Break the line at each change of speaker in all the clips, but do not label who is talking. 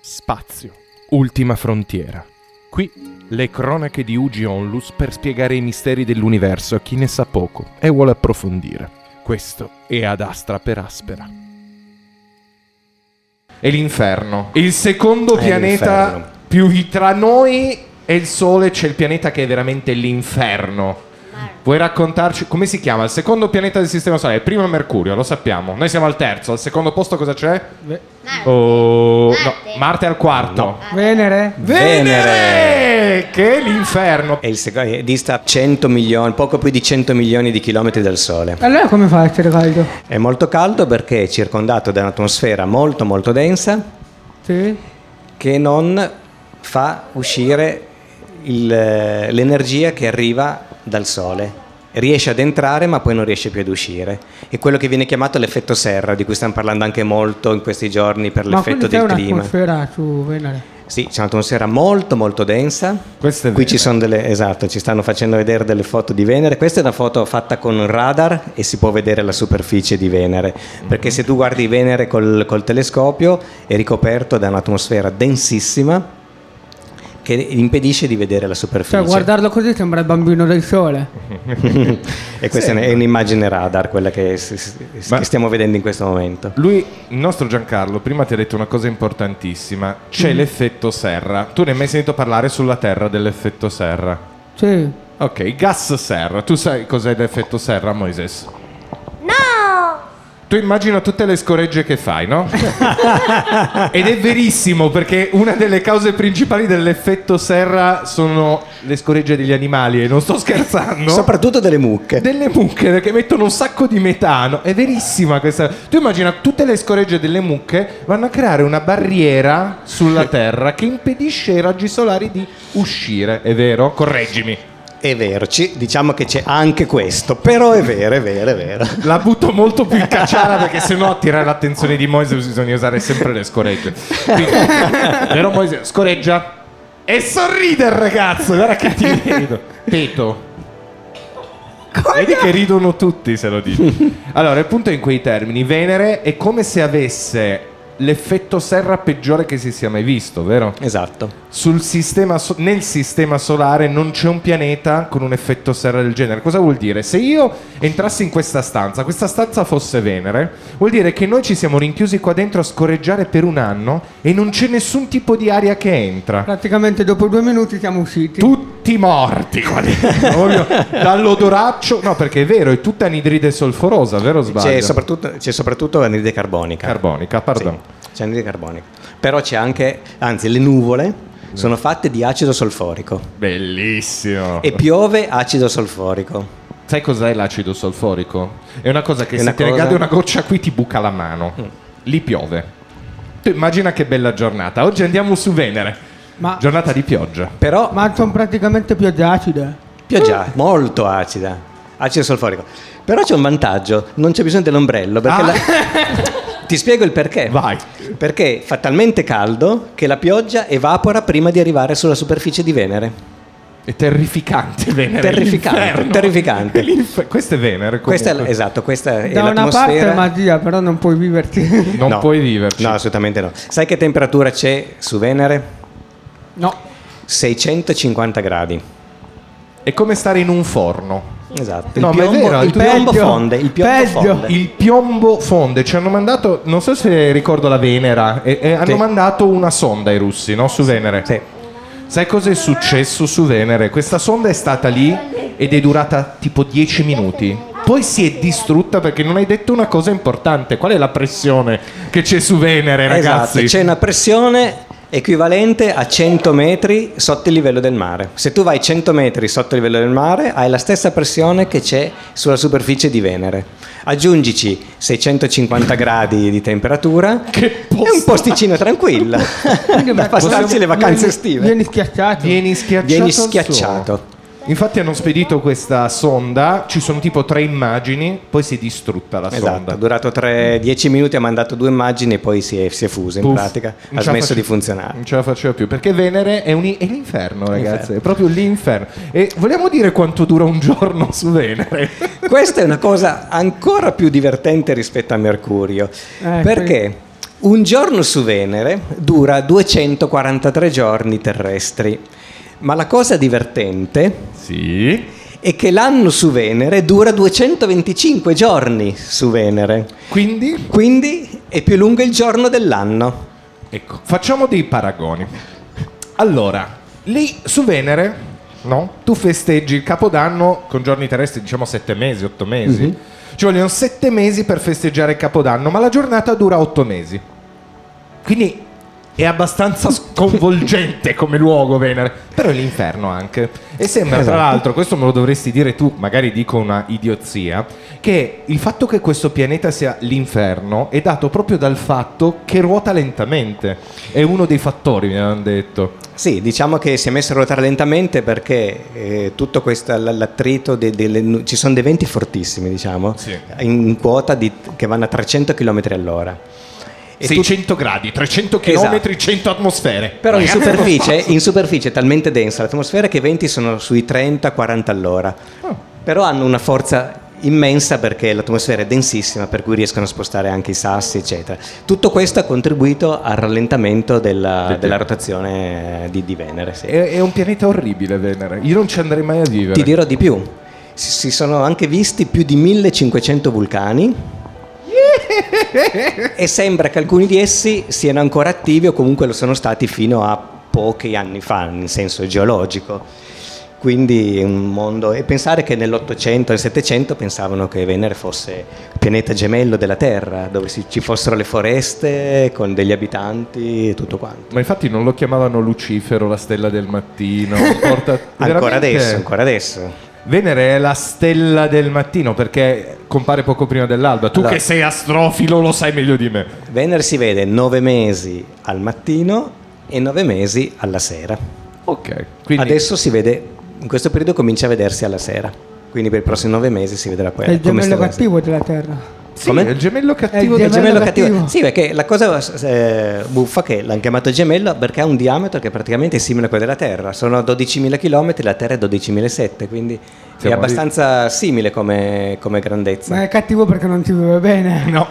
Spazio.
Ultima frontiera. Qui le cronache di Ugi Onlus per spiegare i misteri dell'universo a chi ne sa poco e vuole approfondire. Questo è ad Astra per Aspera. È l'inferno. Il secondo
È
pianeta
l'inferno.
più i- tra noi e il Sole c'è il pianeta che è veramente l'inferno. Vuoi raccontarci come si chiama il secondo pianeta del Sistema Solare? Il primo è Mercurio, lo sappiamo. Noi siamo al terzo, al secondo posto cosa c'è?
Ve-
Oh, no,
Marte.
Marte al quarto.
Venere?
Venere! Che è l'inferno.
E il secondo eh, dista 100 milioni, poco più di 100 milioni di chilometri dal Sole.
Allora come fa a essere caldo?
È molto caldo perché è circondato da un'atmosfera molto molto densa
Sì.
che non fa uscire il, eh, l'energia che arriva dal Sole. Riesce ad entrare ma poi non riesce più ad uscire. È quello che viene chiamato l'effetto serra, di cui stiamo parlando anche molto in questi giorni per
Ma
l'effetto
quindi
del
c'è
clima.
un'atmosfera su Venere.
Sì, c'è un'atmosfera molto molto densa.
Questo è
Qui
vero.
ci sono delle, esatto, ci stanno facendo vedere delle foto di Venere. Questa è una foto fatta con un radar e si può vedere la superficie di Venere. Perché se tu guardi Venere col, col telescopio è ricoperto da un'atmosfera densissima che impedisce di vedere la superficie.
Cioè guardarlo così sembra il bambino del sole.
e questa è un'immagine radar, quella che, s- s-
Ma-
che stiamo vedendo in questo momento.
Lui, il nostro Giancarlo, prima ti ha detto una cosa importantissima. C'è l'effetto serra. Tu ne hai mai sentito parlare sulla Terra dell'effetto serra?
Sì.
Ok, gas serra. Tu sai cos'è l'effetto serra, Moises?
No!
Tu immagina tutte le scoregge che fai, no? Ed è verissimo perché una delle cause principali dell'effetto serra sono le scoregge degli animali e non sto scherzando.
Soprattutto delle mucche.
Delle mucche perché mettono un sacco di metano. È verissima questa. Tu immagina tutte le scoregge delle mucche vanno a creare una barriera sulla Terra che impedisce ai raggi solari di uscire. È vero? Correggimi.
È vero, ci- diciamo che c'è anche questo, però è vero, è vero, è vero.
La butto molto più in cacciara perché sennò attirare l'attenzione di Moise bisogna usare sempre le scoregge. Quindi, vero Moise? Scoreggia. E sorride il ragazzo, guarda che ti vedo. Peto. Vedi che ridono tutti se lo dici. Allora, il punto è in quei termini. Venere è come se avesse l'effetto serra peggiore che si sia mai visto, vero?
Esatto.
Sul sistema so- nel sistema solare non c'è un pianeta con un effetto serra del genere. Cosa vuol dire? Se io entrassi in questa stanza, questa stanza fosse Venere, vuol dire che noi ci siamo rinchiusi qua dentro a scorreggiare per un anno e non c'è nessun tipo di aria che entra.
Praticamente dopo due minuti siamo usciti.
Tutti morti qua dentro, proprio dall'odoraccio. No, perché è vero, è tutta anidride solforosa, vero o sbaglio?
C'è soprattutto, c'è soprattutto anidride carbonica.
Carbonica, pardon.
Sì, c'è anidride carbonica. Però c'è anche, anzi, le nuvole sono fatte di acido solforico.
Bellissimo.
E piove acido solforico.
Sai cos'è l'acido solforico? È una cosa che
È
se
una
ti
cosa- Mm.
regade una goccia qui ti buca la mano. Lì piove. Tu immagina che bella giornata. Oggi andiamo su Venere.
Ma-
Giornata di pioggia.
Però
Ma sono praticamente piogge acide.
Ah.
pioggia molto acida. Acido solforico. Però c'è un vantaggio, non c'è bisogno dell'ombrello. Perché
Ah.
la- Ti spiego il perché.
Vai.
Perché fa talmente caldo che la pioggia evapora prima di arrivare sulla superficie di Venere.
È terrificante Venere.
Terrificante,
l'inferno.
terrificante.
È l'infer- Questo è Venere.
Questa è,
comunque.
esatto, questa è
Da una
l'atmosfera.
parte è magia, però non puoi viverti.
Non
No.
puoi viverci.
No, assolutamente no. Sai che temperatura c'è su Venere?
no.
650 gradi.
È come stare in un forno.
Esatto.
No,
il
ma è
piombo,
vero,
il
tu-
piombo
Peggio,
fonde. Il piombo
peggio.
fonde.
Il piombo fonde, ci hanno mandato, non so se ricordo la Venera, e- e hanno
Sì.
mandato una sonda ai russi, no? Su Venere.
Sì.
Sai cosa è successo su Venere? Questa sonda è stata lì ed è durata tipo 10 minuti. Poi si è distrutta perché non hai detto una cosa importante. Qual è la pressione che c'è su Venere, Eh, ragazzi?
Esatto, c'è una pressione equivalente a 100 metri sotto il livello del mare. Se tu vai 100 metri sotto il livello del mare, hai la stessa pressione che c'è sulla superficie di Venere. Aggiungici 650 gradi di temperatura.
Che
È un
posto-
posticino tranquillo da passarsi le vacanze
Vieni-
estive.
Vieni schiacciato.
Vieni schiacciato.
Vieni
al suolo.
schiacciato.
Infatti hanno spedito questa sonda, ci sono tipo tre immagini, poi si è distrutta la
Esatto,
sonda.
ha durato 10 minuti, ha mandato due immagini e poi si è, si è fuso in
Puff,
pratica,
non
ha
ce la
smesso
face-
di funzionare.
Non ce la faceva più perché Venere è, un- è l'inferno, ragazzi. È proprio l'inferno. E vogliamo dire quanto dura un giorno su Venere?
Questa è una cosa ancora più divertente rispetto a Mercurio,
Eh,
perché Un giorno su Venere dura 243 giorni terrestri, ma la cosa divertente
Sì.
è che l'anno su Venere dura 225 giorni su Venere,
Quindi,
quindi è più lungo il giorno dell'anno.
ecco, facciamo dei paragoni. Allora, lì su Venere, no? Tu festeggi il Capodanno con giorni terrestri, diciamo sette mesi, otto mesi. Ci vogliono sette mesi per festeggiare il Capodanno, ma la giornata dura otto mesi. Quindi è abbastanza sconvolgente come luogo Venere, però è l'inferno anche. E sembra, tra
Esatto.
l'altro, questo me lo dovresti dire tu, magari dico una idiozia, che il fatto che questo pianeta sia l'inferno è dato proprio dal fatto che ruota lentamente. È uno dei fattori, mi hanno detto.
Sì, diciamo che si è messo a ruotare lentamente perché eh, tutto questo l- l'attrito, de- delle nu- ci sono dei venti fortissimi, diciamo,
Sì.
in in quota di- che vanno a 300 km all'ora. E tu-
600 gradi, 300 km,
Esatto.
100 atmosfere.
Però in
Ragazzi,
superficie, in superficie è talmente densa l'atmosfera che i venti sono sui 30-40 all'ora.
Oh.
Però hanno una forza immensa perché l'atmosfera è densissima, per cui riescono a spostare anche i sassi, eccetera. Tutto questo ha contribuito al rallentamento della, della rotazione di, di Venere. sì.
È, è un pianeta orribile Venere. Io non ci andrei mai a vivere.
Ti dirò di più. Si, si sono anche visti più di 1500 vulcani. e sembra che alcuni di essi siano ancora attivi o comunque lo sono stati fino a pochi anni fa, in senso geologico. Quindi è un mondo. E pensare che nell'Ottocento e nel Settecento pensavano che Venere fosse il pianeta gemello della Terra, dove si- ci fossero le foreste con degli abitanti e tutto quanto.
Ma infatti non lo chiamavano Lucifero, la stella del mattino. porta-
Ancora
veramente-
adesso, ancora adesso.
Venere è la stella del mattino perché compare poco prima dell'alba. Tu
Allora-
che sei astrofilo lo sai meglio di me.
Venere si vede 9 mesi al mattino e 9 mesi alla sera.
Ok. Quindi
Adesso si vede, in questo periodo comincia a vedersi alla sera, quindi per i prossimi 9 mesi si vedrà
È
quella.
il
come
gemello
sta-
cattivo della Terra.
sì,
Com'è?
è il gemello cattivo
È il
del
Il gemello
Gemello
cattivo.
cattivo.
Sì, perché la cosa eh, buffa è che l'hanno chiamato gemello perché ha un diametro che praticamente è simile a quello della Terra. Sono 12.000 km, la Terra è 12.700, quindi
Siamo
è
lì.
abbastanza simile come, come grandezza.
Ma è cattivo perché non ti vive bene.
No.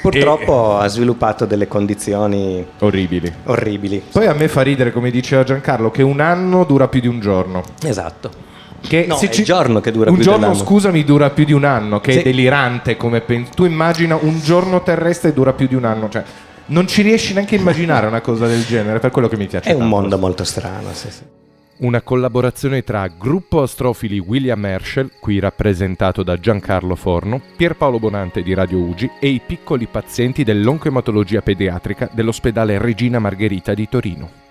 Purtroppo ha sviluppato delle condizioni
E- Eh, Orribili.
orribili.
Poi a me fa ridere, come diceva Giancarlo, che un anno dura più di un giorno.
Esatto.
Che
No,
se
è il giorno che dura
un
più
giorno,
dell'anno.
scusami, dura più di un anno, che è
Sì.
delirante come pensi. Tu immagina un giorno terrestre dura più di un anno, cioè non ci riesci neanche a immaginare una cosa del genere, per quello che mi piace.
È un
tanto.
mondo molto strano, sì, sì.
Una collaborazione tra Gruppo Astrofili William Herschel, qui rappresentato da Giancarlo Forno, Pierpaolo Bonante di Radio Ugi e i piccoli pazienti dell'oncoematologia pediatrica dell'ospedale Regina Margherita di Torino.